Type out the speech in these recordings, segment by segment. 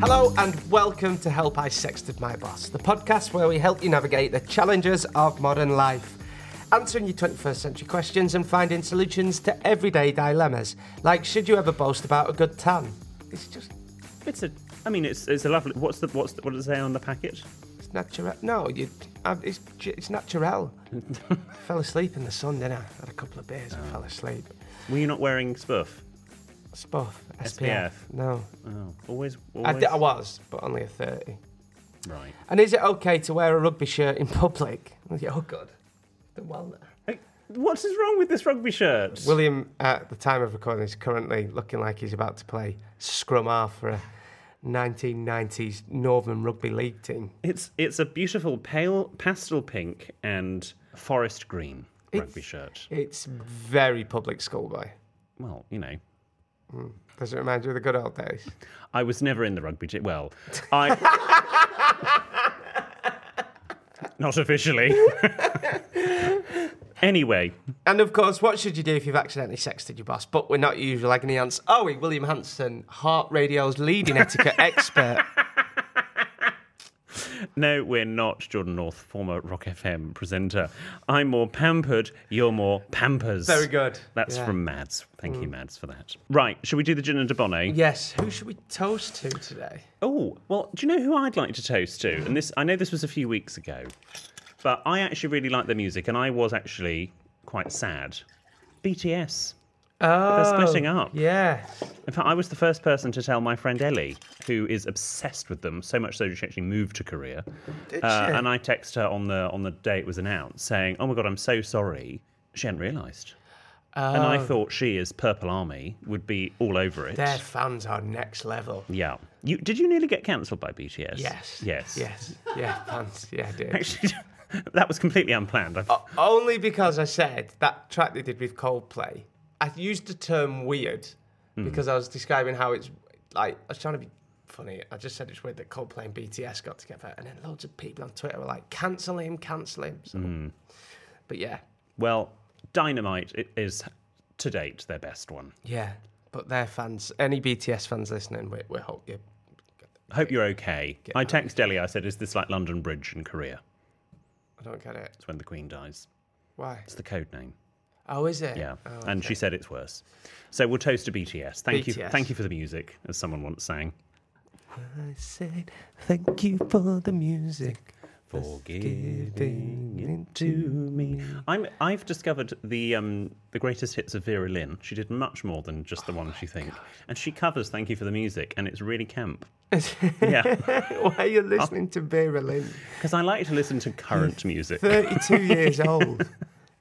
Hello and welcome to Help I Sexted My Boss, the podcast where we help you navigate the challenges of modern life, answering your 21st century questions and finding solutions to everyday dilemmas, like should you ever boast about a good tan? It's just It's a. I mean, it's it's a lovely. What's the what's the, what does it say on the package? it's natural. No, you, uh, it's it's natural. fell asleep in the sun, didn't I? Had a couple of beers and fell asleep. Were you not wearing spuff? Spoff, SPF. SPF. No, Oh, always. I, always d- I was, but only a thirty. right. And is it okay to wear a rugby shirt in public? Yeah, Oh, God. The well Hey, What is wrong with this rugby shirt? William, at the time of recording, is currently looking like he's about to play scrum half for a 1990s Northern Rugby League team. it's it's a beautiful pale pastel pink and forest green rugby shirt. It's very public schoolboy. Well, you know, Does it remind you of the good old days? I was never in the rugby team. Well, I. Not officially. anyway, And of course, what should you do if you've accidentally sexted your boss? But we're not your usual agony aunts. Oh, we William Hanson, Heart Radio's leading etiquette expert. no, we're not Jordan North, former Rock FM presenter. I'm more pampered, you're more pampers. Very good. That's Yeah. Mm. from Mads. Thank you, Mads, for that. Right, should we do the gin and debonnaire? Yes, who should we toast to today? Oh, well, do you know who I'd like to toast to? And this, I know this was a few weeks ago, but I actually really like their music, and I was actually quite sad. BTS. Oh, splitting up. Yeah. In fact, I was the first person to tell my friend Ellie, who is obsessed with them, so much so that she actually moved to Korea. Did Uh, she? and I text her on the on the day it was announced, saying, "Oh my god, I'm so sorry." She hadn't realised, and I Oh. thought she, as Purple Army, would be all over it. Their fans are next level. Yeah. You did you nearly get cancelled by BTS? Yes. Yes. Yes. Yeah, fans. Yeah, dude. Actually, that was completely unplanned. Oh. I, Uh, Only because I said that track they did with Coldplay. I used the term weird Hmm. because I was describing how it's like I was trying to be funny. I just said it's weird that Coldplay and BTS got together, and then loads of people on Twitter were like, "Cancel him, cancel him." So, Hmm. but yeah, well, Dynamite i- is to date their best one. yeah. But their fans, any BTS fans listening, we, we hope you. Hope you're okay. I text Ellie. I said, "Is this like London Bridge in Korea?" I don't get it. It's when the Queen dies. Why? It's the code name. Oh, is it? Yeah, Oh, and she said it's worse. So we'll toast to BTS. Thank you, BTS. thank you for the music, as someone once sang. I said, "Thank you for the music." For giving it to me. I'm. I've discovered the um the greatest hits of Vera Lynn. She did much more than just the one you think, and she covers "Thank You for the Music," and it's really camp. yeah, Why are you listening to Vera Lynn? because I like to listen to current music. 32 years old.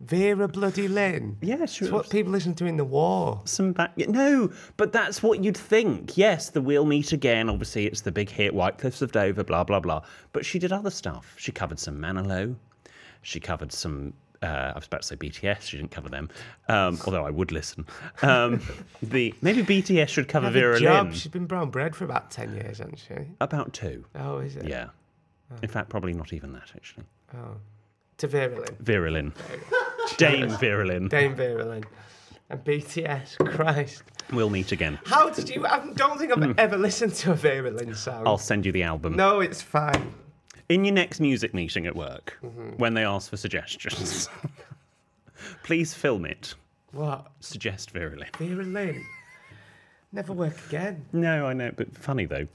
Vera bloody Lynn. Yeah, she It's what was- people listen to in the war. Some back, yeah, no, but that's what you'd think. Yes, the We'll Meet Again. Obviously, it's the big hit, White Cliffs of Dover, blah blah blah. But she did other stuff. She covered some Manilow. She covered some. Uh, I was about to say BTS. She didn't cover them, um, although I would listen. Um, the maybe BTS should cover Have a Vera job. Lynn. She's been brown bread for about 10 years, hasn't she? About two. Oh, is it? Yeah. Hmm. In fact, probably not even that actually. To Vera Lynn. Vera Lynn, Dame Vera Lynn. Dame Vera Lynn. And BTS, Christ. We'll meet again. How did you. I don't think I've ever listened to a Vera Lynn sound. Hmm. I'll send you the album. No, it's fine. In your next music meeting at work, when they ask for suggestions, please film it. What? Suggest virally. Vera Lynn. Never work again. No, I know, but funny though.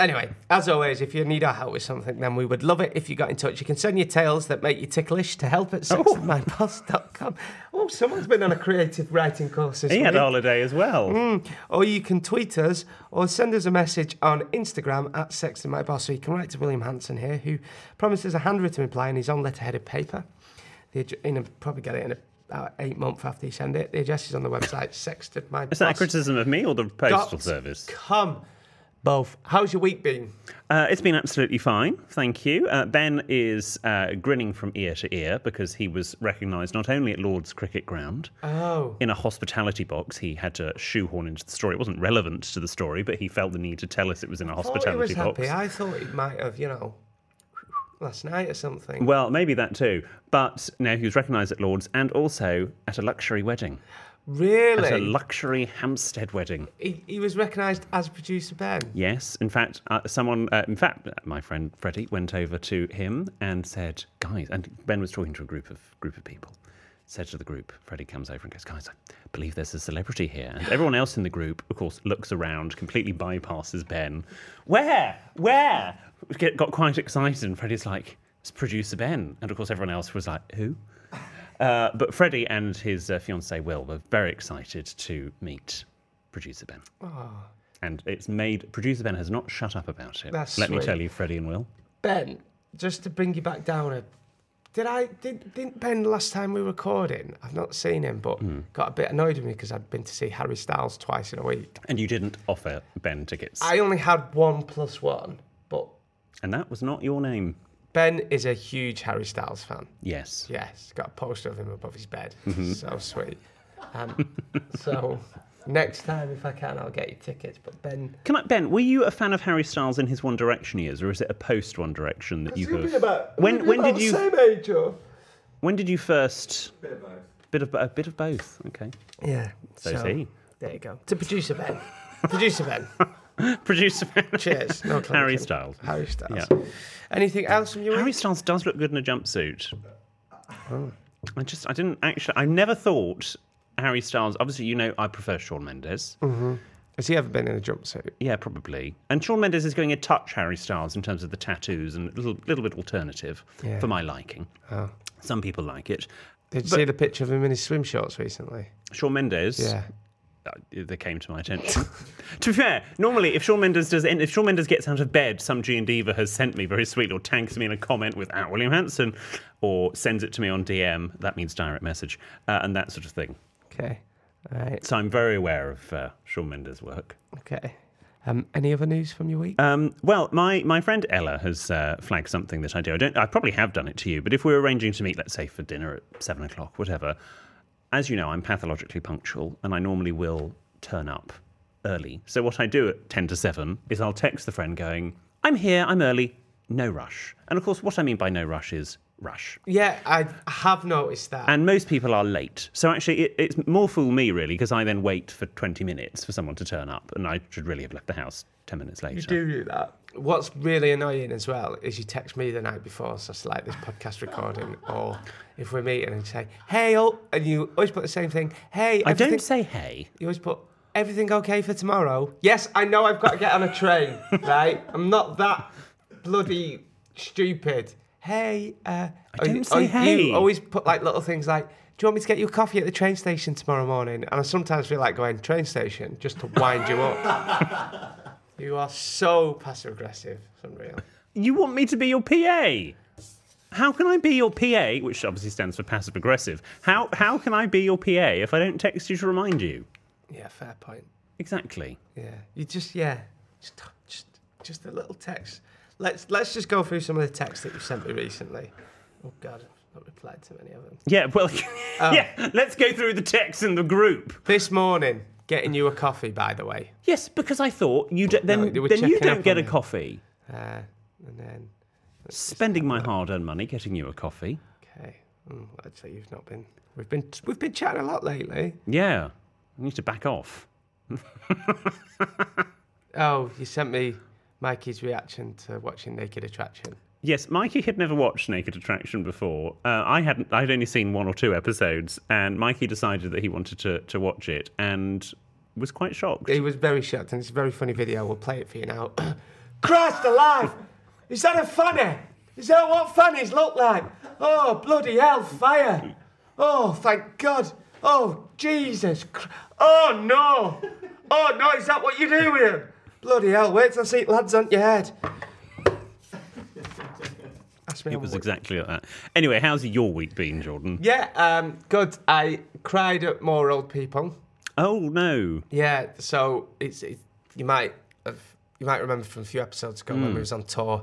Anyway, as always, if you need our help with something, then we would love it if you got in touch. You can send your tales that make you ticklish to help at Oh. sexandmyboss.com. Oh, someone's been on a creative writing course this He had week. a holiday as well. Or you can tweet us or send us a message on Instagram at sexandmyboss. So you can write to William Hanson here, who promises a handwritten reply in his own letterheaded paper. The, ad- in a, probably get it in a about eight months after he sent it. The address is on the website. Sexted my. Is that a criticism of me or the postal service? Come, both. How's your week been? Uh, it's been absolutely fine, thank you. Uh, ben is uh, grinning from ear to ear because he was recognised not only at Lord's Cricket Ground Oh, in a hospitality box. He had to shoehorn into the story. It wasn't relevant to the story, but he felt the need to tell us it was in a thought he was hospitality box. happy. I thought he might have, you know, last night or something. Well, maybe that too. But no, he was recognised at Lord's and also at a luxury wedding, at a really, luxury Hampstead wedding. he, he was recognised as producer Ben. Yes, in fact, uh, someone, uh, in fact, my friend Freddie went over to him and said, "Guys," and Ben was talking to a group of group of people. Said to the group, Freddie comes over and goes, "Guys, I believe there's a celebrity here." And everyone else in the group, of course, looks around, completely bypasses Ben. Where? Where? We Get, got quite excited, and Freddie's like, "It's producer Ben," and of course, everyone else was like, "Who?" Uh, but Freddie and his uh, fiancee Will were very excited to meet producer Ben Ah. and it's made producer Ben has not shut up about it. That's Let me sweet. tell you, Freddie and Will. Ben, just to bring you back down a. Did I did, didn't Ben last time we were recording? I've not seen him, but Hmm. got a bit annoyed with me because I'd been to see Harry Styles twice in a week. And you didn't offer Ben tickets, I only had one plus one, but and that was not your name. Ben is a huge Harry Styles fan. Yes, Yes, got a poster of him above his bed. Mm-hmm. So sweet. Um, so next time, if I can, I'll get you tickets. But Ben, Can I, Ben? Were you a fan of Harry Styles in his One Direction years, or is it a post One Direction that you have? when when did you Same age, when did you first? Bit of both. Bit of a bit of both. Okay. Yeah. So is he. There you go. To producer Ben. producer Ben. Producer Ben. Cheers. No clinking. Harry Styles. Harry Styles. Yeah. Anything else from you? Harry Styles does look good in a jumpsuit. Oh. I just, I didn't actually, I never thought Harry Styles. Obviously, you know, I prefer Shawn Mendes. Mm. Has he ever been in a jumpsuit? Yeah, probably. And Shawn Mendes is going a touch Harry Styles in terms of the tattoos and a little, little bit alternative Yeah. Oh. for my liking. Some people like it. Did you see the picture of him in his swim shorts recently? Shawn Mendes, Yeah. uh, they came to my attention. to be fair, normally if Shawn Mendes does, if Shawn Mendes gets out of bed, some G and Diva has sent me very sweetly or tags me in a comment with at William Hanson or sends it to me on DM. That means direct message uh, and that sort of thing. Okay. All right. So I'm very aware of uh, Shawn Mendes' work. Okay. Um, any other news from your week? Um, well, my, my friend Ella has uh, flagged something that I do. I don't. I probably have done it to you, but if we're arranging to meet, let's say for dinner at seven o'clock, whatever. As you know, I'm pathologically punctual, and I normally will turn up early. So what I do at ten to seven is I'll text the friend going, "I'm here. I'm early. No rush." And of course, what I mean by no rush is rush. yeah, I have noticed that. And most people are late. So actually, it, it's more fool me really because I then wait for twenty minutes for someone to turn up, and I should really have left the house ten minutes later. you do do that. What's really annoying as well is you text me the night before, so it's like this podcast recording, or if we're meeting and say, "Hey, oh," and you always put the same thing. Hey, I everything- don't say hey. You always put everything okay for tomorrow. Yes, I know I've got to get on a train, right? I'm not that bloody stupid. Hey, uh, I didn't say hey. You always put like little things like, "Do you want me to get you a coffee at the train station tomorrow morning?" And I sometimes feel like going train station just to wind you up. you are so passive aggressive. It's unreal. You want me to be your PA? How can I be your PA, which obviously stands for passive aggressive? How how can I be your PA if I don't text you to remind you? Yeah, fair point. Exactly. Yeah, you just yeah, just just just a little text. Let's let's just go through some of the texts that you sent me recently. Oh God, I've not replied to many of them. Yeah, well, Oh. yeah. Let's go through the text in the group. This morning, getting you a coffee, by the way. Yes, because I thought you d- then they were then you checking don't up get on a you. coffee. Uh, and then Spending my hard-earned money getting you a coffee. okay, mm, actually you've not been. We've been we've been chatting a lot lately. Yeah, I need to back off. Oh, you sent me Mikey's reaction to watching Naked Attraction. Yes, Mikey had never watched Naked Attraction before. Uh, I hadn't. I'd only seen one or two episodes, and Mikey decided that he wanted to to watch it and was quite shocked. He was very shocked, and it's a very funny video. We'll play it for you now. Christ alive! Is that a funny? Is that what funnies look like? Oh, bloody hell, fire! Oh, thank God! Oh, Jesus! Cr- Oh, no! Oh, no, is that what you do with him? Bloody hell, wait till I see it, lads on your head. I asked me. It how was my- exactly like that. Anyway, how's your week been, Jordan? Yeah, um, good. I cried at more old people. Oh no. Yeah, so it's it, you might have you might remember from a few episodes ago when we was on tour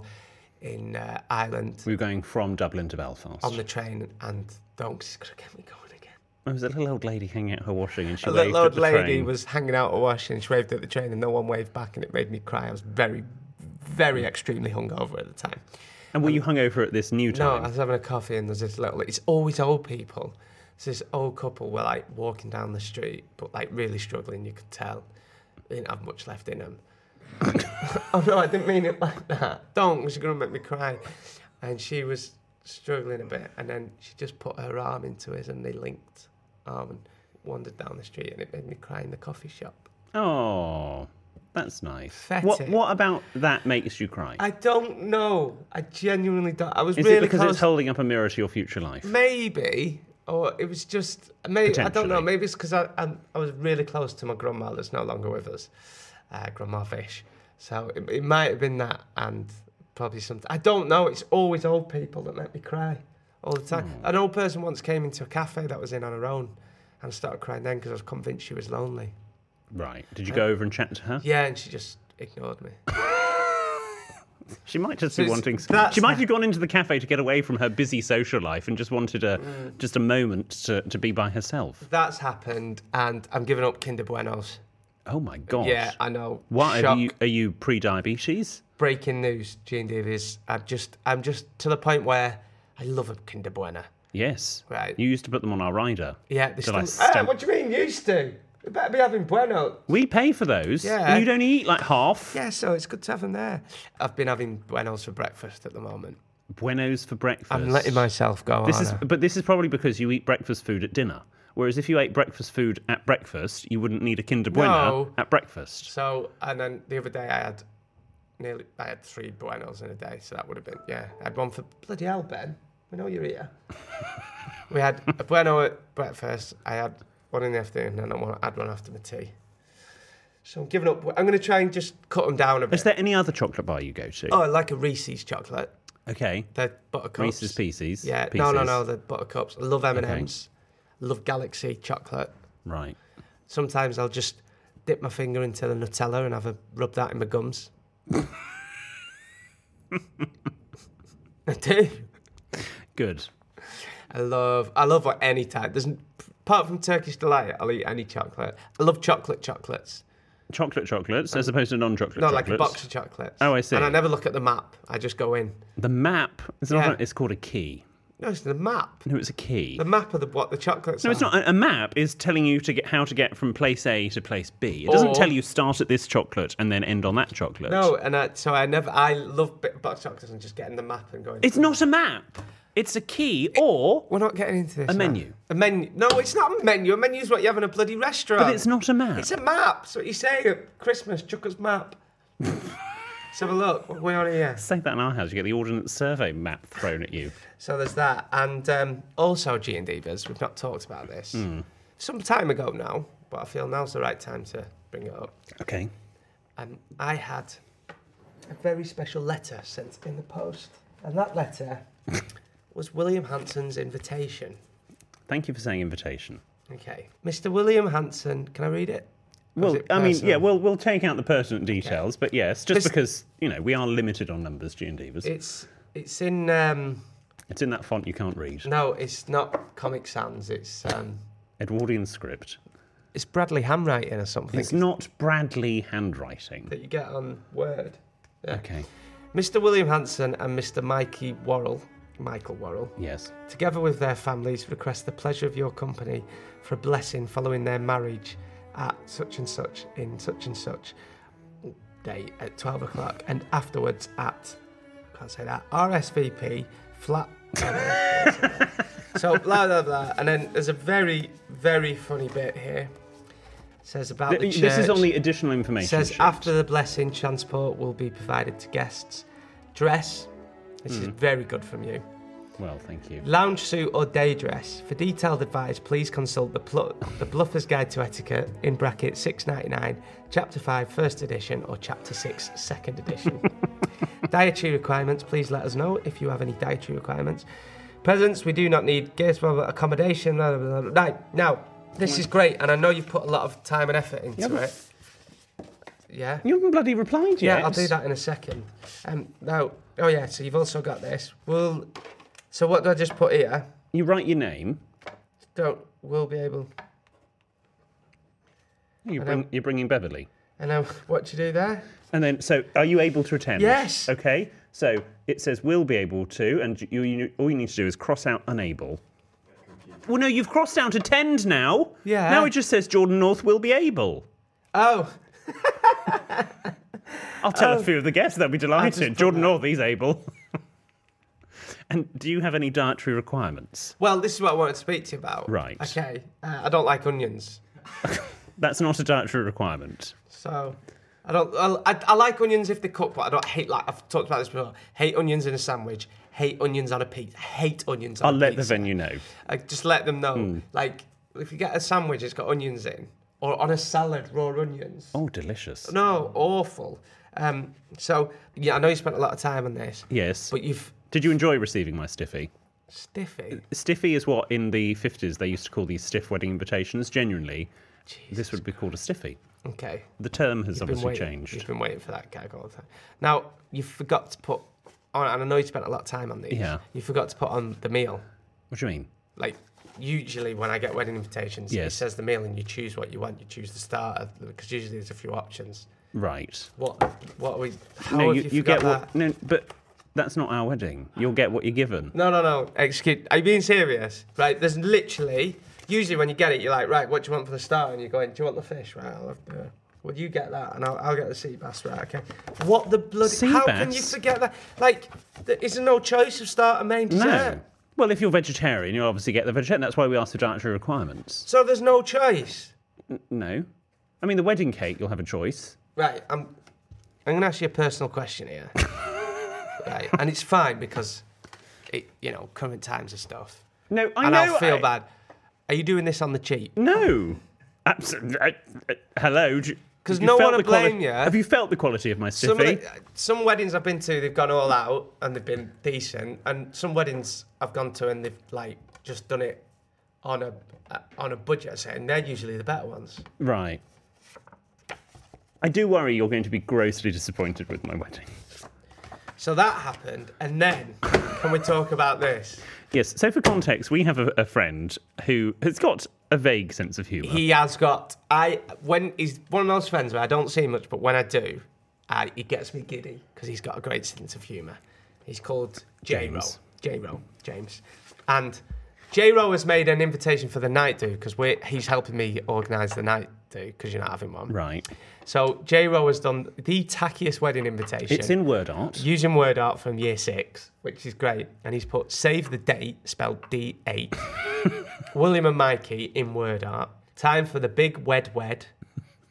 in uh, Ireland Hmm. We were going from Dublin to Belfast. on the train and don't get me going again. There Oh, was a little old lady hanging out her washing, and A she waved little at old the lady train. was hanging out a wash and she waved at the train and no one waved back and it made me cry. I was very, very extremely hungover at the time. And were you hungover at this new um, No, time? I was having a coffee and there's this little. It's always old people. So this old couple were like walking down the street, but like really struggling. You could tell they didn't have much left in them. oh no, I didn't mean it like that. Don't, 'cause you're gonna make me cry. And she was struggling a bit, and then she just put her arm into his, and they linked arm and wandered down the street, and it made me cry in the coffee shop. Oh, that's nice. What Pathetic. What about that makes you cry? I don't know. I genuinely don't. I was Is really it because close. it's holding up a mirror to your future life? Maybe, or it was just maybe I don't know. Potentially. Maybe it's because I, I I was really close to my grandma that's no longer with us, uh, Grandma Fish. So it, it might have been that, and probably something I don't know. It's always old people that make me cry all the time. Hmm. An old person once came into a cafe that was in on her own, and started crying then because I was convinced she was lonely. Right. Did you Uh, go over and chat to her? Yeah, and she just ignored me. She might just So be it's- wanting. that's She might how- have gone into the cafe to get away from her busy social life and just wanted a Mm. just a moment to, to be by herself. That's happened, and I'm giving up Kinder Buenos. Oh my gosh. Yeah, I know. What Shock. are you? Are you pre-diabetes? breaking news, Gene Davies. I'm just, I'm just to the point where I love a Kinder Bueno. Yes. Right. You used to put them on our rider. Yeah, they Till I still- Ah, stamp- what do you mean used to? We better be having Bueno. We pay for those. Yeah. And you'd only eat like half. Yeah, so it's good to have them there. I've been having Buenos for breakfast at the moment. Buenos for breakfast. I'm letting myself go. This aren't is, I? but this is probably because you eat breakfast food at dinner. Whereas if you ate breakfast food at breakfast, you wouldn't need a Kinder Bueno No. at breakfast. so. And then the other day I had nearly, I had three Buenos in a day. So that would have been, yeah, I had one for bloody hell, Ben. We know you're here. we had a Bueno at breakfast. I had one in the afternoon, and then I had one after my tea. So I'm giving up. I'm going to try and just cut them down a bit. Is there any other chocolate bar you go to? Oh, I like a Reese's chocolate. okay. They're buttercups. Reese's Pieces. Yeah. Pieces. No, no, no. They're buttercups. I love M and M's. Love Galaxy chocolate. Right. Sometimes I'll just dip my finger into the Nutella and have a rub that in my gums. I do. Good. I love. I love what any type. There's n- apart from Turkish delight. I'll eat any chocolate. I love chocolate chocolates. Chocolate chocolates as opposed to non-chocolate Not chocolates. like a box of chocolates. Oh, I see. And I never look at the map. I just go in. The map. It's, not Yeah. a- it's called a key. No, it's the map. No, it's a key. The map of the, what the chocolates. No, it's are. not. A- A map is telling you to get how to get from place A to place B. It doesn't Or- tell you start at this chocolate and then end on that chocolate. No, and I, so I never. I love bit box chocolates and just getting the map and going. it's not a map. It's a key or. We're not getting into this. A now. menu. A menu. No, it's not a menu. A menu is what you have in a bloody restaurant. But it's not a map. It's a map. That's what you say at Christmas. Chuckers map. Let's have a look. What are we on here? Say that in our house. You get the ordnance survey map thrown at you. So there's that, and um, also G and Divas. We've not talked about this Hmm. some time ago now, but I feel now's the right time to bring it up. Okay. Um, I had a very special letter sent in the post, and that letter was William Hanson's invitation. Thank you for saying invitation. Okay, Mr. William Hanson. Can I read it? Or is Well, it I mean, personal? yeah, we'll we'll take out the pertinent details, but yes, just This- because you know we are limited on numbers, G and Divas. It's it's in um, It's in that font you can't read. no, it's not Comic Sans. It's um, Edwardian script. it's Bradley handwriting or something It's not Bradley handwriting. that you get on Word. Yeah. Okay. Mr. William Hanson and Mr. Mikey Worrell, Michael Worrell, Yes. together with their families, request the pleasure of your company for a blessing following their marriage at such and such in such and such date at 12 o'clock and afterwards at, can't say that, RSVP flat. so blah, blah, blah. And then there's a very, very funny bit here. says about the Th- This is church. on the additional information. Says sheet. after the blessing, transport will be provided to guests. Dress, this Hmm. is very good from you. Well, thank you. Lounge suit or day dress. For detailed advice, please consult the, plu- the Bluffer's Guide to Etiquette in bracket 699, Chapter 5, First Edition, or Chapter 6, Second Edition. dietary requirements, please let us know if you have any dietary requirements. Presents, we do not need gifts, blah, blah, accommodation. Blah, blah, blah. Right, now, this is great, and I know you've put a lot of time and effort into but- it. Yeah? You haven't bloody replied yet. Yeah, I'll do that in a second. Um, now, oh yeah, so you've also got this. We'll, so what do I just put here? You write your name. Don't, we'll be able, You bring, you're bringing Beverly. and then what do you do there? And then, so are you able to attend? Yes. Okay. So it says will be able to, and you, you all you need to do is cross out unable. Well, no, you've crossed out attend now. Yeah. Now it just says Jordan North will be able. Oh, I'll tell a few of the guests. They'll be delighted. put Jordan North, he's able. and do you have any dietary requirements? well, this is what I wanted to speak to you about. Right. Okay, uh, I don't like onions, That's not a dietary requirement. so I don't, I, I, I like onions if they cook, but I don't hate, like, I've talked about this before. Hate onions in a sandwich, hate onions on a pizza, hate onions on I'll a let Hmm. the pizza. venue know. I just let them know, like, if you get a sandwich, it's got onions in, or on a salad, raw onions. Oh, delicious. No, awful. Um, so yeah, I know you spent a lot of time on this, Yes. but you've Did you enjoy receiving my stiffy? stiffy. Stiffy is what in the 50s they used to call these stiff wedding invitations. Genuinely, this would be called a stiffy. Okay, The term has been obviously waiting. changed. You've been waiting for that gag all the time. Now you forgot to put on, and I know you spent a lot of time on these. Yeah. You forgot to put on the meal. What do you mean? Like usually when I get wedding invitations, it Yes. says the meal, and you choose what you want. You choose the starter because usually there's a few options. Right. What? What are we? How no, have you, you, you forgot get that? what. No, but that's not our wedding. You'll get what you're given. No, no, no. Excuse. Are you being serious? Right. There's literally. Usually, when you get it, you're like, right, what do you want for the start? And you're going, do you want the fish? Right. I'll have the. Well, you get that, and I'll, I'll get the sea bass. Right. Okay. What the bloody? Sea how can you bass? forget that? Like, there is no choice of starter, main No. dessert. Well, if you're vegetarian, you'll obviously get the vegetarian. That's why we asked for dietary requirements. So there's no choice. No. I mean, the wedding cake, you'll have a choice. Right. I'm. I'm going to ask you a personal question here. right. And it's fine because, it, you know, current times and stuff. No, I and know. I'll feel I- bad. Are you doing this on the cheap? No. Absolutely. Hello. do you- 'Cause have you no one felt the will blame quali- you. Have you felt the quality of my Some, of stiffy? the, uh, some weddings I've been to, they've gone all out and they've been decent. And some weddings I've gone to and they've like just done it on a uh, on a budget set, and they're usually the better ones. Right. I do worry you're going to be grossly disappointed with my wedding. So that happened, and then can we talk about this? Yes, so for context, we have a, a friend who has got a vague sense of humour. He has got I when he's one of those friends where I don't see much, but when I do, I, he gets me giddy because he's got a great sense of humour. He's called J Ro. James. J Ro James, and J Ro has made an invitation for the night do because we he's helping me organise the night do because you're not having one. right. So J Ro has done the tackiest wedding invitation. It's in word art. Using word art from year six, which is great, and he's put save the date, spelled D eight. William and Mikey in word art. Time for the big wed wed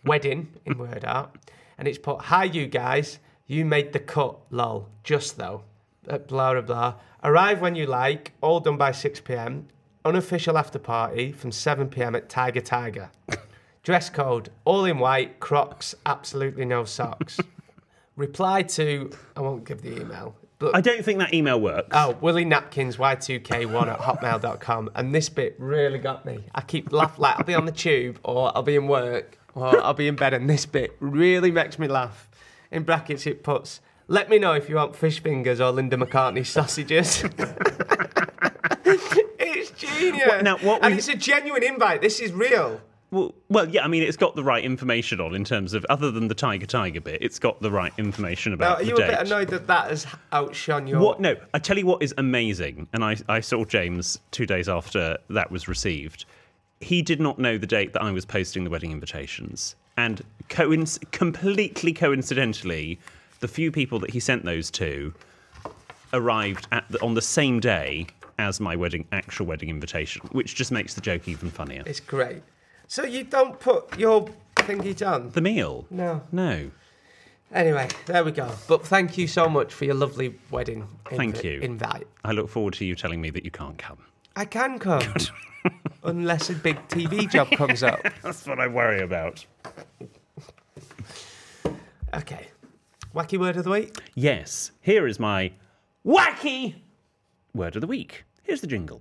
wedding in word art, and it's put hi you guys, you made the cut, lol. Just though, Uh, blah blah blah. Arrive when you like. All done by six p.m. Unofficial after party from seven p.m. at Tiger Tiger. Dress code: all in white, Crocs, absolutely no socks. Reply to I won't give the email. But I don't think that email works. Oh, Willy Napkins Y2K1 at hotmail.com. And this bit really got me. I keep laughing, like, I'll be on the tube or I'll be in work or I'll be in bed, and this bit really makes me laugh. In brackets, it puts, let me know if you want fish fingers or Linda McCartney sausages. it's genius. What- now, what and we- it's a genuine invite. This is real. Well, well, yeah, I mean, it's got the right information on in terms of, other than the Tiger Tiger bit, it's got the right information Now, about are the you a date. bit annoyed that that has outshone your. What? No, I tell you what is amazing, and I, I saw James two days after that was received. He did not know the date that I was posting the wedding invitations, and coinc- completely coincidentally, the few people that he sent those to arrived at the, on the same day as my wedding actual wedding invitation, which just makes the joke even funnier. It's great. So you don't put your thingy down. The meal? No. no. Anyway, there we go. But thank you so much for your lovely wedding. invi- Thank you. Invite. I look forward to you telling me that you can't come. I can come, unless a big TV job comes up. That's what I worry about. Okay. Wacky word of the week. Yes, here is my wacky word of the week. Here's the jingle.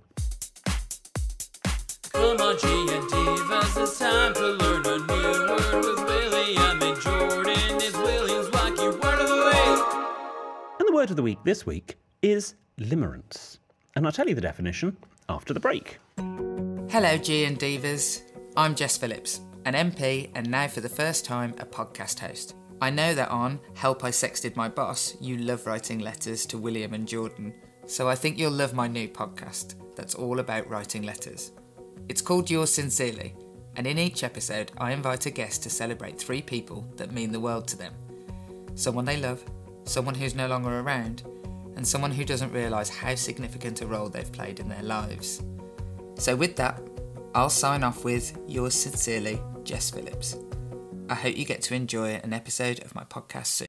Come on, G and Divas, it's time to learn a new word with William and Jordan. Is William's wacky word of the week? And the word of the week this week is limerence. And I'll tell you the definition after the break. Hello, G and Divas. I'm Jess Phillips, an MP and now for the first time a podcast host. I know that on Help I Sexted My Boss, you love writing letters to William and Jordan, so I think you'll love my new podcast that's all about writing letters. It's called Yours Sincerely, and in each episode, I invite a guest to celebrate three people that mean the world to them someone they love, someone who's no longer around, and someone who doesn't realise how significant a role they've played in their lives. So, with that, I'll sign off with yours sincerely, Jess Phillips. I hope you get to enjoy an episode of my podcast soon.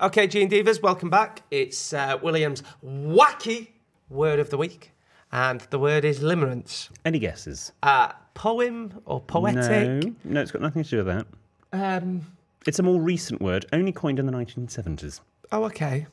Okay, Gene Divas, welcome back. It's uh, William's wacky word of the week, and the word is limerence. Any guesses? Uh, poem or poetic? No, no, it's got nothing to do with that. Um, It's a more recent word, only coined in the 1970s. oh, okay.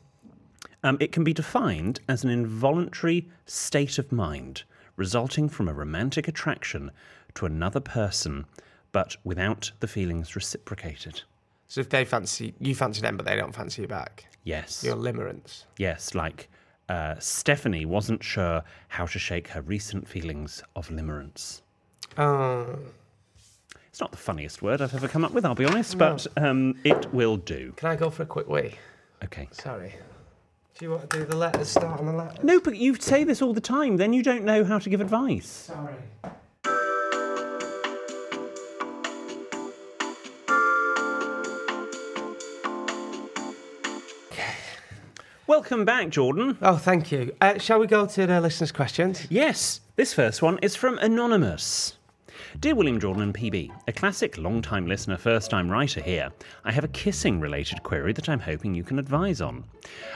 Um, it can be defined as an involuntary state of mind resulting from a romantic attraction to another person, but without the feelings reciprocated. So if they fancy you, fancy them, but they don't fancy you back. Yes. Your limerence. Yes, like uh, Stephanie wasn't sure how to shake her recent feelings of limerence. Ah. Oh, It's not the funniest word I've ever come up with, I'll be honest, but um, it will do. can I go for a quick wee? Okay. Sorry. Do you want to do the letters? Start on the letters. No, but you say this all the time, then you don't know how to give advice. Sorry. Welcome back, Jordan. Oh, thank you. Uh, shall we go to the listeners' questions? Yes, this first one is from Anonymous. Dear William Jordan and PB, a classic long time listener, first time writer here, I have a kissing related query that I'm hoping you can advise on.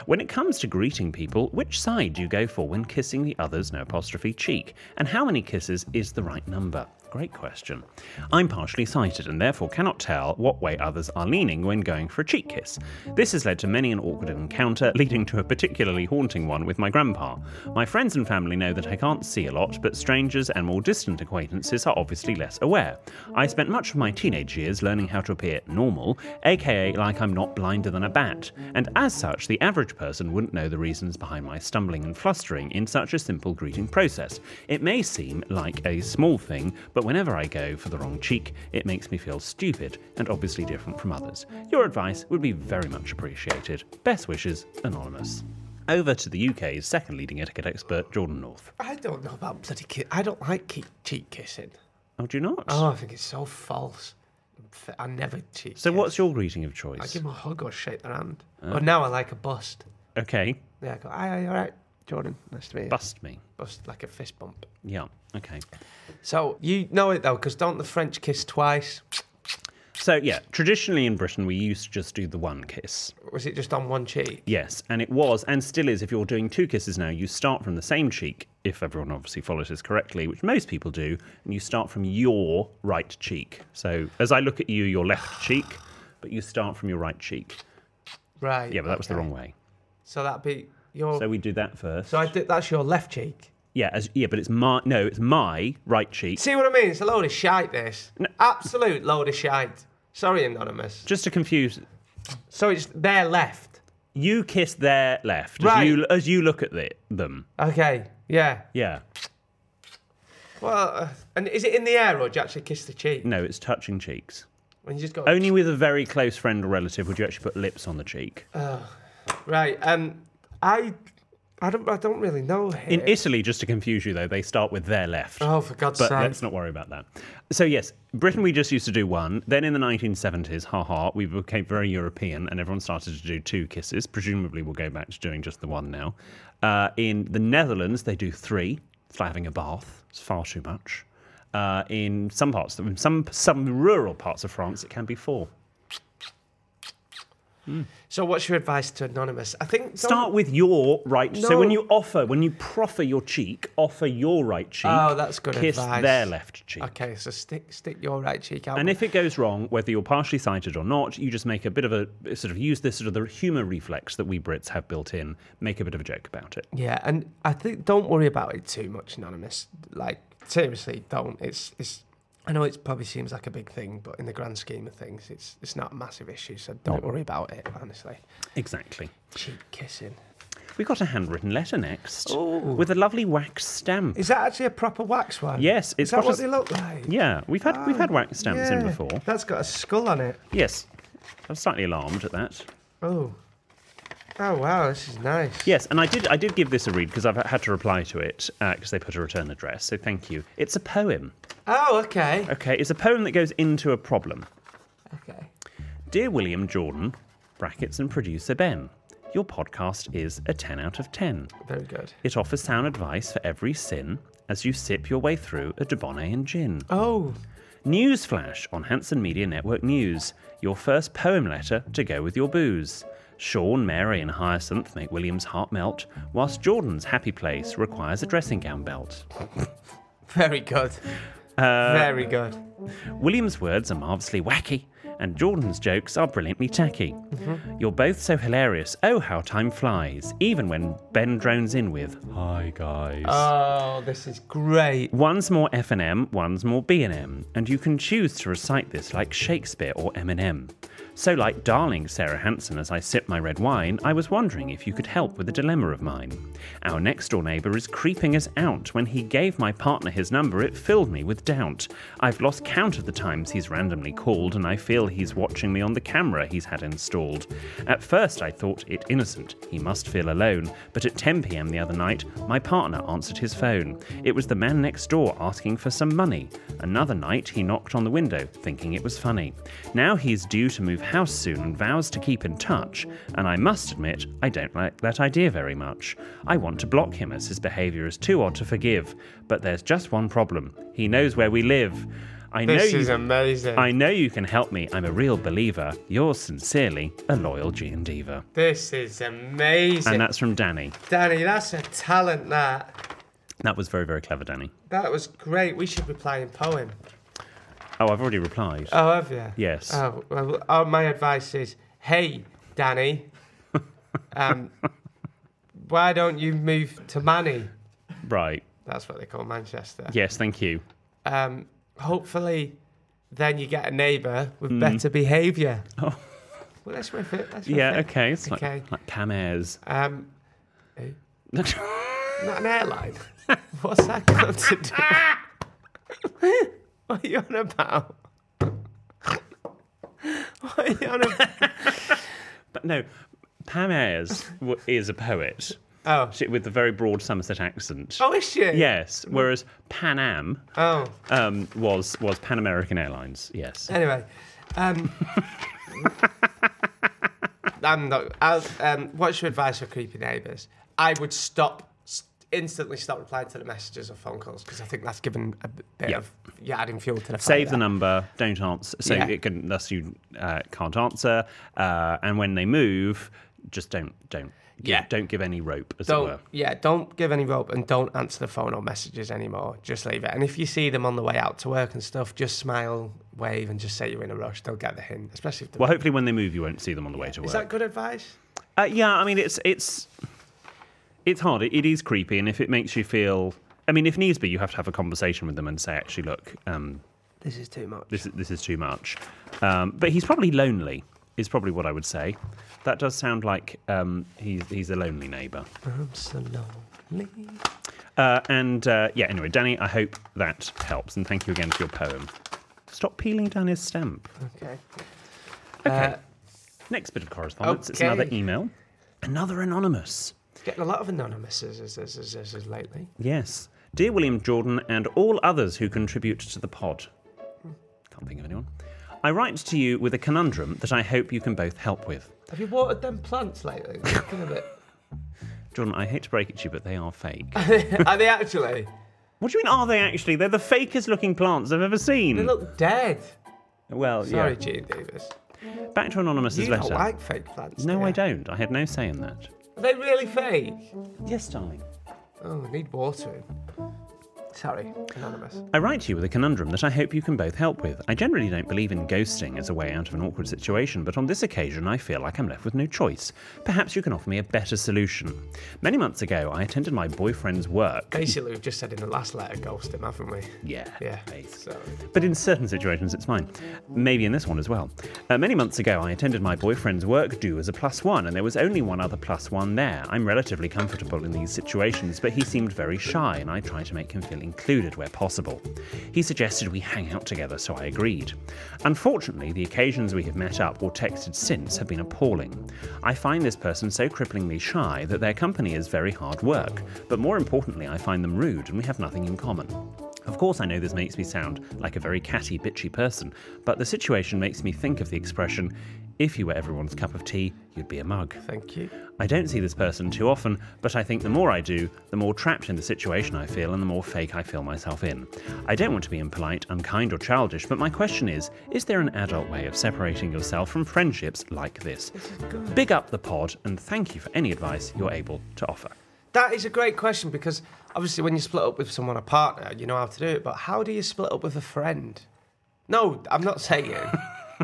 When it comes to greeting people, which side do you go for when kissing the other's no apostrophe cheek? And how many kisses is the right number? Great question. I'm partially sighted and therefore cannot tell what way others are leaning when going for a cheek kiss. This has led to many an awkward encounter, leading to a particularly haunting one with my grandpa. My friends and family know that I can't see a lot, but strangers and more distant acquaintances are obviously less aware. I spent much of my teenage years learning how to appear normal, aka like I'm not blinder than a bat, and as such, the average person wouldn't know the reasons behind my stumbling and flustering in such a simple greeting process. It may seem like a small thing, but whenever I go for the wrong cheek, it makes me feel stupid and obviously different from others. Your advice would be very much appreciated. Best wishes, Anonymous. Over to the UK's second leading etiquette expert, Jordan North. I don't know about bloody kiss. I don't like ki- cheek kissing. Oh, do you not? Oh, I think it's so false. F- I never cheat. so, kiss. what's your greeting of I choice? give them a hug or shake their hand. Or now I like a bust. Okay, Yeah, I go, aye, aye, all right, Jordan, nice to meet you. bust me. Bust like a fist bump. Yeah, okay. So you know it though, because don't the French kiss twice? So, yeah, traditionally in Britain, we used to just do the one kiss. Was it just on one cheek? Yes, and it was, and still is, if you're doing two kisses now, you start from the same cheek, if everyone obviously follows this correctly, which most people do, and you start from your right cheek. So as I look at you, your left cheek, but you start from your right cheek. Right. Yeah, but that was the okay. wrong way. So that'd be your. So So, we do that first. I did, that's your left cheek. Yeah, as, yeah, but it's my no, it's my right cheek. See what I mean? It's a load of shite, this. Absolute load of shite. Sorry, Anonymous. Just to confuse, So it's their left. you kiss their left Right. as you as you look at the, them. Okay, yeah. Yeah, Well, uh, and is it in the air or do you actually kiss the cheek? no, it's touching cheeks. When you just got Only with a very close friend or relative would you actually put lips on the cheek. right. Um, I, I don't, I don't really know. In Here. Italy, just to confuse you though, they start with their left. oh, for God's But sake! let's not worry about that. So yes, Britain we just used to do one. Then in the 1970s, ha ha, we became very European, and everyone started to do two kisses. Presumably, we'll go back to doing just the one now. Uh, in the Netherlands, they do three. It's like having a bath. It's far too much. Uh, in some parts, in some some rural parts of France, it can be four. So, what's your advice to Anonymous? I think don't- Start with your right. So No. when you offer, when you proffer your cheek, offer your right cheek. Oh, that's good Kiss advice. their left cheek. Okay, so stick, stick your right cheek out. And if it goes wrong, whether you're partially sighted or not, you just make a bit of a sort of use this sort of the humour reflex that we Brits have built in, make a bit of a joke about it. yeah, and I think don't worry about it too much, Anonymous. Like seriously, don't. It's, it's. I know it probably seems like a big thing, but in the grand scheme of things, it's, it's not a massive issue. So don't worry about it. Honestly, Exactly. cheek kissing. We've got a handwritten letter next with a lovely wax stamp. Is that actually a proper wax one? Yes, it's Is that got a what s- they look like? Yeah, we've had we've had wax stamps in Oh, Yeah, before. That's got a skull on it. Yes. I'm slightly alarmed at that. Oh. Oh wow, this is nice. Yes, and I did I did give this a read because I've had to reply to it because they put a return address. So thank you. It's a poem. Oh, okay. Okay, it's a poem that goes into a problem. Okay. Dear William Jordan, brackets and producer Ben, your podcast is a 10 out of 10. Very good. It offers sound advice for every sin as you sip your way through a Debonair and gin. Oh. Newsflash on Hanson Media Network News. Your first poem letter to go with your booze. Sean, Mary, and Hyacinth make William's heart melt, whilst Jordan's happy place requires a dressing gown belt. Very good. Uh, Very good. William's words are marvellously wacky, and Jordan's jokes are brilliantly tacky. You're both so hilarious. Oh, how time flies, even when Ben drones in with, Hi, guys. Oh, this is great. One's more F&M, one's more B&M, and you can choose to recite this like Shakespeare or Eminem. So like darling Sarah Hanson, as I sip my red wine, I was wondering if you could help with a dilemma of mine. Our next door neighbour is creeping us out. When he gave my partner his number, it filled me with doubt. I've lost count of the times he's randomly called, and I feel he's watching me on the camera he's had installed. At first, I thought it innocent. He must feel alone. But at 10 pm the other night, my partner answered his phone. It was the man next door asking for some money. Another night, he knocked on the window, thinking it was funny. Now he's due to move house soon and vows to keep in touch. And I must admit, I don't like that idea very much. I want to block him as his behaviour is too odd to forgive. But there's just one problem he knows where we live. I This know is you, amazing. I know you can help me. I'm a real believer. Yours sincerely, a loyal G and Diva. This is amazing. And that's from Danny. Danny, that's a talent that. That was very, very clever, Danny. That was great. We should be playing poem. Oh, I've already replied. Oh, have you? Yes. Oh, well, oh, my advice is, hey, Danny, um, why don't you move to Manny? Right. That's what they call Manchester. Yes, thank you. Um, hopefully, then you get a neighbour with Hmm. better behaviour. Oh. Well, let's whiff it. Let's whiff Yeah, it. okay. It's like, Okay. like Camairs. Um, not an airline. What's that got to do? what are you on about? what are you on about? but no, Pam Ayres w- is a poet Oh. She- with a very broad Somerset accent. Oh, is she? Yes, whereas Pan Am Oh. um, was, was Pan American Airlines. Yes. Anyway, um, I'm not. I'll, um, what's your advice for creepy neighbours? I would stop s- instantly stop replying to the messages or phone calls because I think that's given a b- bit Yeah. of yeah adding fuel to the Save the fire. number, don't answer. So Yeah. it can, thus you uh, can't answer. Uh, and when they move, just don't, don't, give, Yeah. don't give any rope, as it were. Don't yeah, don't give any rope and don't answer the phone or messages anymore. Just leave it. And if you see them on the way out to work and stuff, just smile, wave, and just say you're in a rush. They'll get the hint, especially if they're. Well, hopefully, when they move, you won't see them on the way to work. Is that good advice? Uh, yeah, I mean, it's it's it's hard. It, it is creepy, and if it makes you feel I mean, if needs be, you have to have a conversation with them and say, actually, look, um, This is too much. this is, this is too much. Um, but he's probably lonely, is probably what I would say. That does sound like um, he's, he's a lonely neighbour. I'm so lonely. Uh, and uh, yeah, anyway, Danny, I hope that helps. And thank you again for your poem. Stop peeling down his stamp. Okay. Okay. Next bit of correspondence. It's another okay. email. Another anonymous. Getting a lot of anonymouses as, as, as, as, as lately. Yes. Dear William Jordan and all others who contribute to the pod. Can't think of anyone. I write to you with a conundrum that I hope you can both help with. Have you watered them plants lately? Thinking of it. Jordan, I hate to break it to you, but they are fake. Are they actually? what do you mean, are they actually? They're the fakest looking plants I've ever seen. They look dead. well, Sorry, yeah. Gene Davis. Back to Anonymous's You letter. don't like fake plants. no, do I you? don't. I had no say in that. Are they really fake? Yes, darling. Oh, I need watering. Sorry, anonymous. I write to you with a conundrum that I hope you can both help with. I generally don't believe in ghosting as a way out of an awkward situation, but on this occasion I feel like I'm left with no choice. Perhaps you can offer me a better solution. Many months ago, I attended my boyfriend's work. Basically, we've just said in the last letter, ghost him, haven't we? Yeah. Yeah. basically. So, But in certain situations, it's fine. Maybe in this one as well. Uh, many months ago, I attended my boyfriend's work do as a plus one, and there was only one other plus one there. I'm relatively comfortable in these situations, but he seemed very shy, and I tried to make him feel included where possible. He suggested we hang out together, so I agreed. Unfortunately, the occasions we have met up or texted since have been appalling. I find this person so cripplingly shy that their company is very hard work, but more importantly, I find them rude, and we have nothing in common. Of course, I know this makes me sound like a very catty, bitchy person, but the situation makes me think of the expression if you were everyone's cup of tea, you'd be a mug. thank you. I don't see this person too often, but I think the more I do, the more trapped in the situation I feel and the more fake I feel myself in. I don't want to be impolite, unkind, or childish, but my question is is there an adult way of separating yourself from friendships like this? Big up the pod, and thank you for any advice you're able to offer. That is a great question because obviously, when you split up with someone, a partner, you know how to do it, but how do you split up with a friend? No, I'm not saying.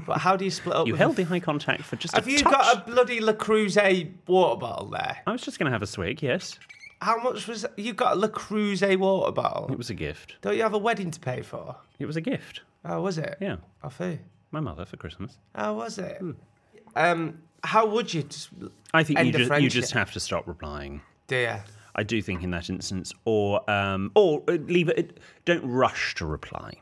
but how do you split up You with a held the eye contact for just Have a you touch. got a bloody La Creuset water bottle there? I was just going to have a swig, yes. How much was you got a La Creuset water bottle? It was a gift. Don't you have a wedding to pay for? It was a gift. How was it? Yeah. Off who? My mother for Christmas. How was it? Hmm. Um, how would you just I think end you a just, you friendship? just have to stop replying. dear? I do think in that instance, or um, or uh, leave it. Don't rush to reply.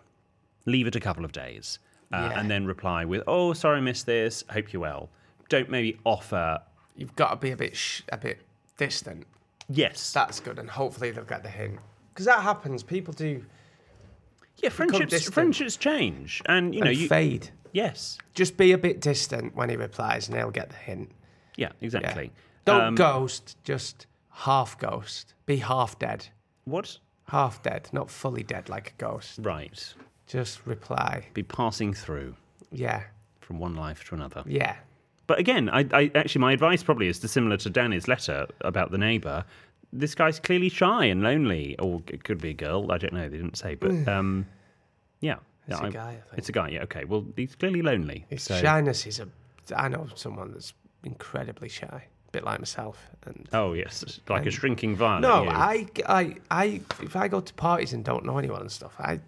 Leave it a couple of days, uh, Yeah. and then reply with, "Oh, sorry, I missed this. Hope you're well." Don't maybe offer. You've got to be a bit sh- a bit distant. Yes. That's good, and hopefully they'll get the hint because that happens. People do yeah. Friendships. distant. Friendships change, and you know and you. fade. Yes. Just be a bit distant when he replies, and he'll get the hint. Yeah. Yeah. Exactly. Don't Um, ghost. Just half ghost. Be half dead. What? Half dead, not fully dead like a ghost. Right. Just reply. Be passing through Yeah, from one life to another. yeah. But again, I, I actually my advice probably is similar to Danny's letter about the neighbour. This guy's clearly shy and lonely, or it could be a girl. I don't know. They didn't say, but um, yeah, It's Yeah, a I- guy, I think. It's a guy. Yeah. Okay. Well, he's clearly lonely. It's so- shyness is a. I know someone that's incredibly shy, a bit like myself. And Oh yes, it's like a shrinking violet. no, you. I, I, I, if I go to parties and don't know anyone and stuff, I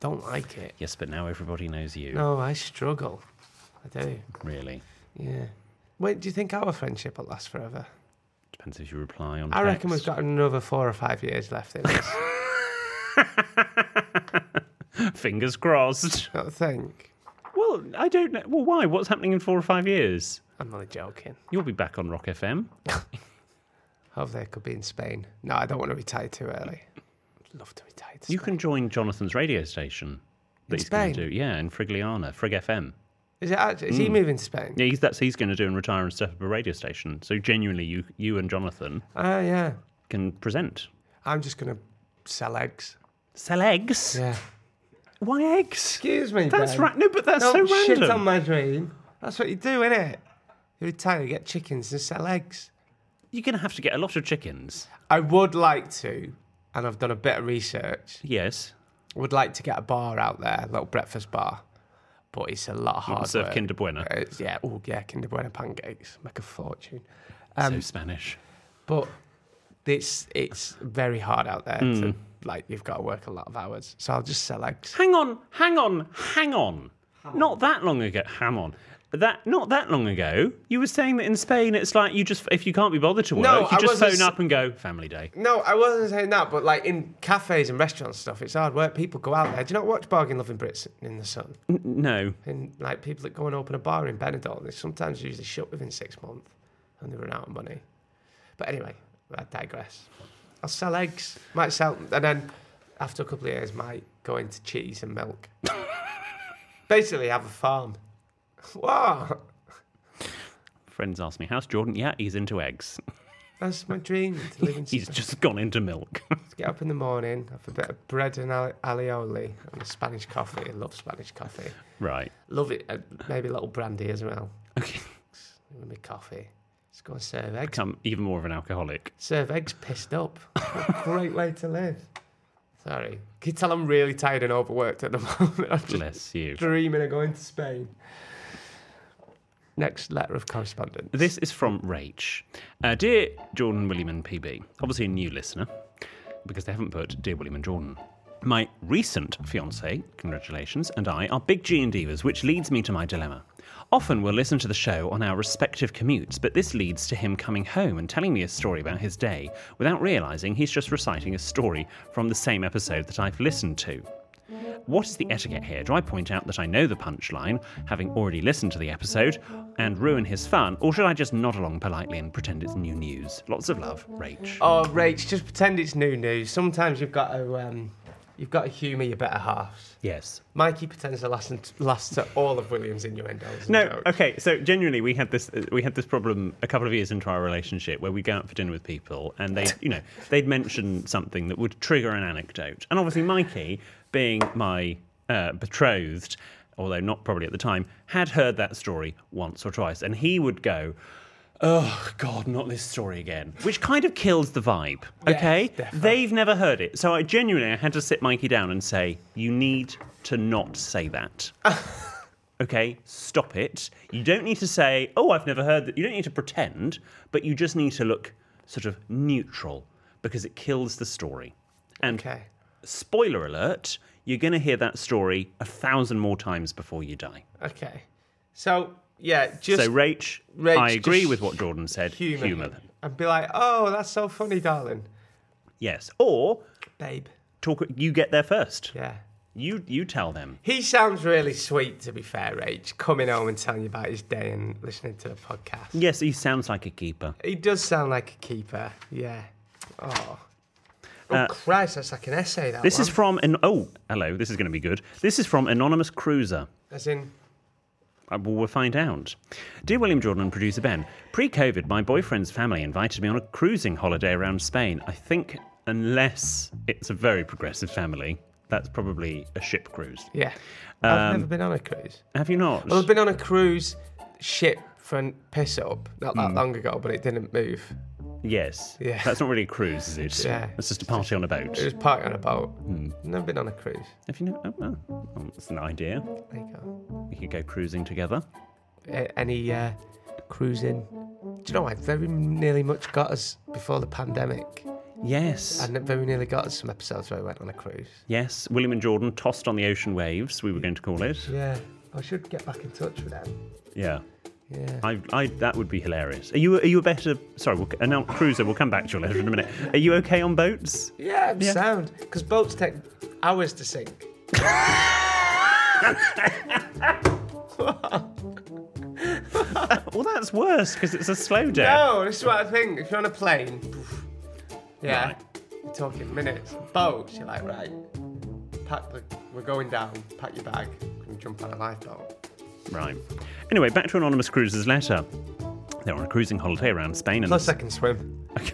don't like it. Yes, but now everybody knows you. No, I struggle. I do. Really. Yeah. Wait, do you think our friendship will last forever? Depends if you reply on. I reckon we've text. got another four or five years left in us. fingers crossed. don't think. Well, I don't know. Well, why? What's happening in four or five years? I'm only joking. You'll be back on Rock FM. Hopefully, I could be in Spain. No, I don't want to retire too early. I'd love to retire. To You can join Jonathan's radio station. That In he's going to Spain? do, yeah, in Frigliana, Frig FM. Is it? Actually, is he moving to Spain? Hmm. Yeah, he's, that's he's going to do and retire and set up a radio station. So genuinely, you you and Jonathan Ah, yeah. can present. I'm just gonna sell eggs. Sell eggs? Yeah. Why eggs? Excuse me. That's right. No, but that's so Don't shit random. on my dream. That's what you do, innit? You retire, you get chickens and sell eggs. You're going to have to get a lot of chickens. I would like to, and I've done a bit of research. Yes. I would like to get a bar out there, a little breakfast bar, but it's a lot harder. serve Kinder Bueno. yeah. Oh yeah, Kinder Bueno pancakes make a fortune. so Spanish. But It's it's very hard out there. To, Hmm. like you've got to work a lot of hours. So I'll just sell eggs. Hang on, hang on, hang on. Not that long ago, hang on. That not that long ago, you were saying that in Spain it's like you just if you can't be bothered to work, No, you I just phone wasn't s- up and go family day. No, I wasn't saying that, but like in cafes and restaurants and stuff, it's hard work. People go out there. Do you not watch Bargain Loving Brits in the sun? N- No, And like people that go and open a bar in Benidorm, they sometimes usually shut within six months and they run out of money. But anyway, I digress. I'll sell eggs, might sell, and then after a couple of years, might go into cheese and milk. Basically, have a farm. Wow, friends ask me, how's Jordan? Yeah, he's into eggs. that's my dream. To live in He's Spain. just gone into milk. Get up in the morning, have a bit of bread and ali- alioli and a Spanish coffee. I love Spanish coffee. right. Love it. Uh, maybe a little brandy as well. Okay. With my coffee. Let's go and serve eggs. Become even more of an alcoholic. Serve eggs pissed up. What a great way to live. Sorry. Can you tell I'm really tired and overworked at the moment? I'm just Bless you. dreaming of going to Spain. Next letter of correspondence. This is from Rach. Uh, Dear Jordan, William, and PB, obviously a new listener, because they haven't put Dear William and Jordan. My recent fiance, congratulations, and I are big G and Divas, which leads me to my dilemma. Often we'll listen to the show on our respective commutes, but this leads to him coming home and telling me a story about his day without realizing he's just reciting a story from the same episode that I've listened to. What is the etiquette here? Do I point out that I know the punchline, having already listened to the episode, and ruin his fun, or should I just nod along politely and pretend it's new news? Lots of love, Rach. Oh, Rach, just pretend it's new news. Sometimes you've got to, um, you've got to humour your better halves. Yes. Mikey pretends to last, last to all of William's innuendos. and No, jokes. okay. So genuinely, we had this we had this problem a couple of years into our relationship where we go out for dinner with people, and they, you know, they'd mention something that would trigger an anecdote, and obviously Mikey, being my uh, betrothed, although not probably at the time, had heard that story once or twice, and he would go. Oh God, not this story again. Which kind of kills the vibe. Okay, definitely. they've never heard it, so I genuinely I had to sit Mikey down and say, "You need to not say that." Okay, stop it. You don't need to say, oh, I've never heard that. You don't need to pretend, but you just need to look sort of neutral because it kills the story. And Okay. spoiler alert, you're going to hear that story a thousand more times before you die. Okay. So, yeah, just. so, Rach, Rach, I agree just with what Jordan said. Humour. humour. them. And be like, oh, that's so funny, darling. Yes. Or Babe. talk. you get there first. Yeah. You, you tell them. He sounds really sweet, to be fair, Rach, coming home and telling you about his day and listening to the podcast. Yes, he sounds like a keeper. He does sound like a keeper. Yeah. Oh. Oh, Christ, that's like an essay, that Uh, This one. is from an. Oh, hello. This is going to be good. This is from Anonymous Cruiser. As in, Uh, Well, we'll find out. Dear William Jordan and producer Ben, pre COVID, my boyfriend's family invited me on a cruising holiday around Spain. I think, unless it's a very progressive family, that's probably a ship cruise. yeah. Um, I've never been on a cruise. Have you not? Well, I've been on a cruise ship for a piss up not that long ago, but it didn't move. yes. Yeah. That's not really a cruise, is it? Yeah. It's just a party on a boat. It was parked on a boat. Never been on a cruise. Have you not? Oh, well, well, that's an idea. There you go. We could go cruising together. a- any uh, cruising. Do you know I very nearly much got us before the pandemic, Yes. and it very nearly got us some episodes where I went on a cruise. yes. William and Jordan tossed on the ocean waves, we were going to call it. Yeah, I should get back in touch with them. Yeah. Yeah. I, I, that would be hilarious. Are you, are you a better? Sorry, we'll, uh, no, cruiser. We'll come back to your letter in a minute. Are you okay on boats? yeah, I'm Yeah. sound. Because boats take hours to sink. Well, that's worse because it's a slow death. No, Oh, this is what I think. If you're on a plane, poof, yeah, Right. you're talking minutes. Boats, you're like, right, pack the, we're going down, pack your bag, and jump on a lifeboat. Right. Anyway, back to anonymous cruiser's letter. They're on a cruising holiday around Spain and Plus, I can swim.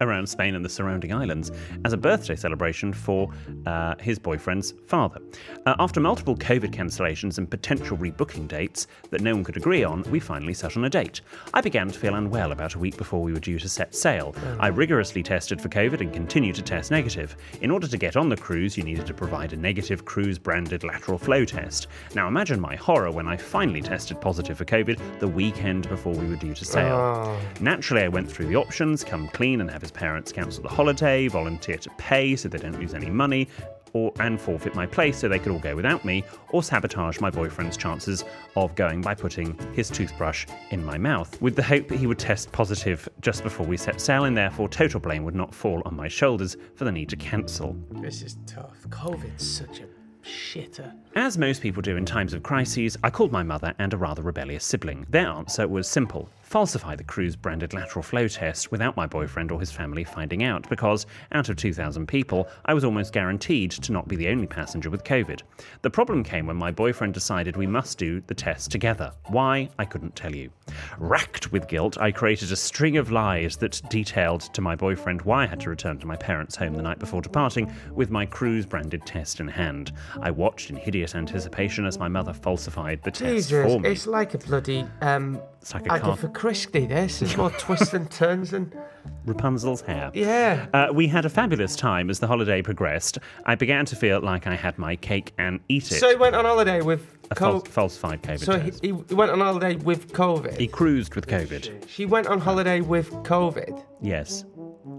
around Spain and the surrounding islands as a birthday celebration for uh, his boyfriend's father. Uh, after multiple COVID cancellations and potential rebooking dates that no one could agree on, we finally set on a date. I began to feel unwell about a week before we were due to set sail. I rigorously tested for COVID and continued to test negative. In order to get on the cruise, you needed to provide a negative cruise branded lateral flow test. Now imagine my horror when I finally tested positive for COVID the weekend before we were due to sail. Naturally, I went through the options come clean and have his parents cancelled the holiday, volunteer to pay so they don't lose any money, or and forfeit my place so they could all go without me, or sabotage my boyfriend's chances of going by putting his toothbrush in my mouth, with the hope that he would test positive just before we set sail, and therefore total blame would not fall on my shoulders for the need to cancel. This is tough. COVID's such a shitter. As most people do in times of crises, I called my mother and a rather rebellious sibling. Their answer was simple falsify the cruise branded lateral flow test without my boyfriend or his family finding out, because out of 2,000 people, I was almost guaranteed to not be the only passenger with COVID. The problem came when my boyfriend decided we must do the test together. Why? I couldn't tell you. Racked with guilt, I created a string of lies that detailed to my boyfriend why I had to return to my parents' home the night before departing with my cruise branded test in hand. I watched in hideous anticipation as my mother falsified the test Jesus, for me. it's like a bloody um, It's like a Agatha Christie. This there's more twists and turns and Rapunzel's hair. yeah. Uh, we had a fabulous time as the holiday progressed. I began to feel like I had my cake and eat it. So he went on holiday with a fal- COVID. falsified COVID so he, test. he he went on holiday with COVID. He cruised with COVID. she went on holiday with COVID. Yes,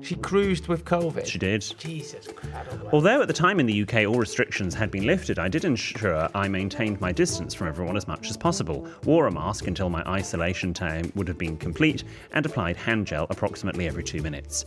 She cruised with COVID. she did. Jesus Christ. Although at the time in the UK all restrictions had been lifted, I did ensure I maintained my distance from everyone as much as possible, wore a mask until my isolation time would have been complete, and applied hand gel approximately every two minutes.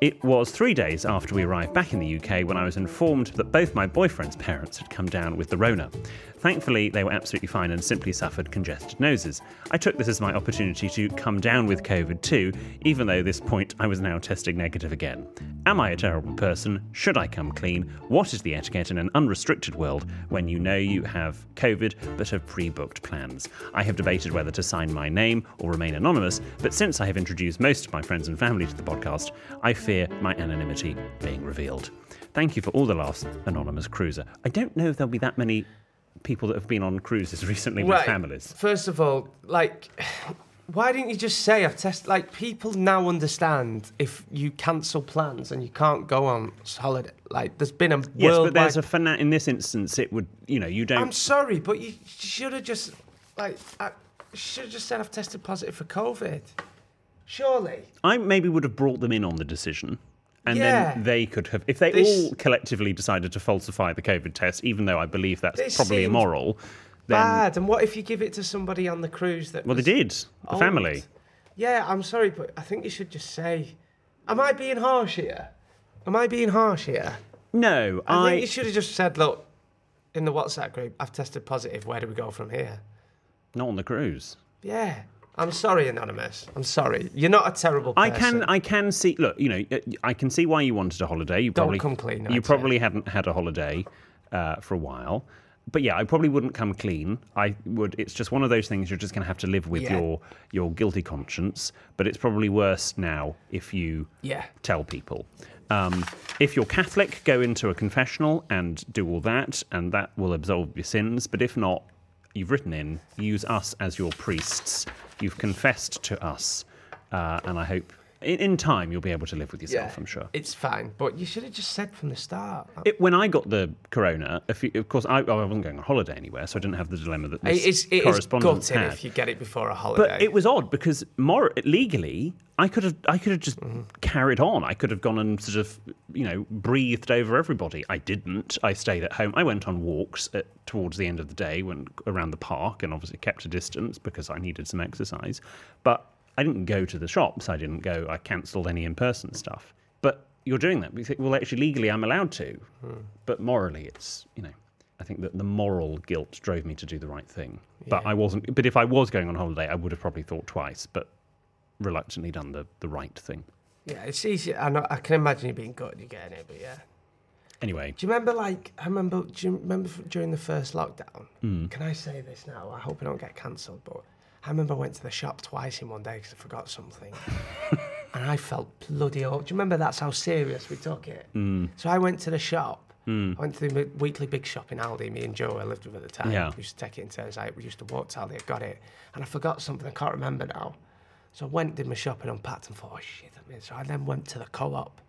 It was three days after we arrived back in the UK when I was informed that both my boyfriend's parents had come down with the Rona. Thankfully, they were absolutely fine and simply suffered congested noses. I took this as my opportunity to come down with COVID too, even though this point I was now testing negative again. Am I a terrible person? Should I come clean? What is the etiquette in an unrestricted world when you know you have COVID but have pre booked plans? I have debated whether to sign my name or remain anonymous, but since I have introduced most of my friends and family to the podcast, I fear my anonymity being revealed. Thank you for all the laughs, Anonymous Cruiser. I don't know if there'll be that many people that have been on cruises recently with families. First of all, like, why didn't you just say I've tested? Like, people now understand if you cancel plans and you can't go on holiday. Like, there's been a Yes, worldwide. but there's a fana- in this instance, it would you know you I'm don't. sorry, but you should have just like I should have just said I've tested positive for COVID. Surely. I maybe would have brought them in on the decision, and Yeah. then they could have if they This- all collectively decided to falsify the COVID test, even though I believe This that's probably seems immoral. Then Bad. And what if you give it to somebody on the cruise that? well, they was did the old? family. Yeah, I'm sorry, but I think you should just say, "Am I being harsh here? Am I being harsh here?" No, I, I, think you should have just said, "Look, in the WhatsApp group, I've tested positive. Where do we go from here?" not on the cruise. Yeah. I'm sorry, anonymous. I'm sorry. You're not a terrible person. I can, I can see. Look, you know, uh, I can see why you wanted a holiday. You Don't probably come clean, I'd You say. probably hadn't had a holiday uh, for a while, but yeah, I probably wouldn't come clean. I would. It's just one of those things you're just going to have to live with Yeah. your your guilty conscience. But it's probably worse now if you Yeah. tell people. Um, if you're Catholic, go into a confessional and do all that, and that will absolve your sins. But if not, you've written in, use us as your priests. You've confessed to us, uh, and I hope in, in time you'll be able to live with yourself, I'm sure. It's fine, but you should have just said from the start. It, when I got the corona, a few, of course, I, I wasn't going on holiday anywhere, so I didn't have the dilemma that this It is, it is correspondence gutting had. if you get it before a holiday. But it was odd because more legally, I could have I could have just carried on. I could have gone and sort of you know breathed over everybody. I didn't. I stayed at home. I went on walks at, towards the end of the day when around the park and obviously kept a distance because I needed some exercise. But I didn't go to the shops. I didn't go. I cancelled any in person stuff. But you're doing that. You think, well, actually, legally, I'm allowed to. But morally, it's you know. I think that the moral guilt drove me to do the right thing. But I wasn't. But if I was going on holiday, I would have probably thought twice, but reluctantly done the, the right thing. yeah, it's easy. I, know, I can imagine you being gutted, you're getting it, but yeah. Anyway, Do you remember, like, I remember, do you remember f- during the first lockdown? Hmm. Can I say this now? I hope I don't get cancelled, but I remember I went to the shop twice in one day because I forgot something. and I felt bloody awful. Do you remember that's how serious we took it? Hmm. So I went to the shop. I went to the mi- weekly big shop in Aldi, me and Joe, I lived with at the time. Yeah. We used to take it in turns. I we used to walk to Aldi, I got it. And I forgot something, I can't remember now. So I went, did my shopping, unpacked, and thought, oh shit, I mean. So I then went to the co op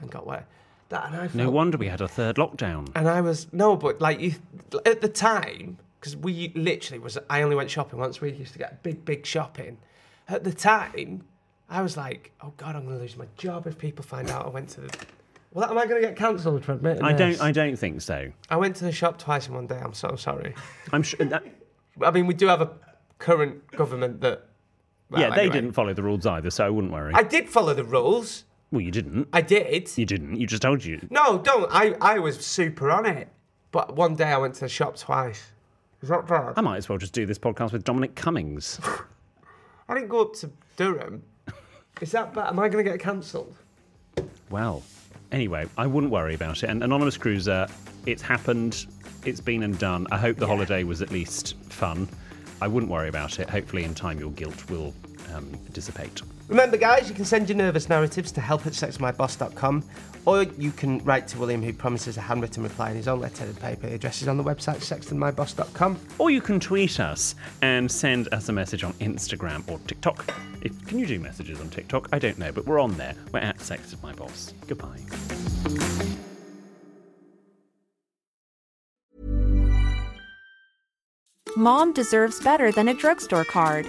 and got what? That, and I felt no wonder we had a third lockdown. and I was no, but like you at the time, because we literally was I only went shopping once. We used to get big, big shopping. At the time, I was like, oh God, I'm going to lose my job if people find out I went to the. Well, am I going to get cancelled for admitting I this? don't. I don't think so. I went to the shop twice in one day. I'm so sorry. I'm sure. uh, That, I mean, we do have a current government that. well, yeah, they anyway. didn't follow the rules either, so I wouldn't worry. I did follow the rules. well, you didn't. I did. you didn't. You just told you. No, don't. I, I was super on it. But one day I went to the shop twice. Is that bad? I might as well just do this podcast with Dominic Cummings. I didn't go up to Durham. Is that bad? Am I going to get cancelled? Well, anyway, I wouldn't worry about it. And Anonymous Cruiser, it's happened, it's been and done. I hope the holiday was at least fun. I wouldn't worry about it. Hopefully, in time, your guilt will um, dissipate. Remember, guys, you can send your nervous narratives to help at sexmyboss.com or you can write to William, who promises a handwritten reply in his own letter and paper. The address is on the website sextonmyboss.com. Or you can tweet us and send us a message on Instagram or TikTok. If, can you do messages on TikTok? I don't know, but we're on there. We're at Sex with My Boss. Goodbye. Mom deserves better than a drugstore card.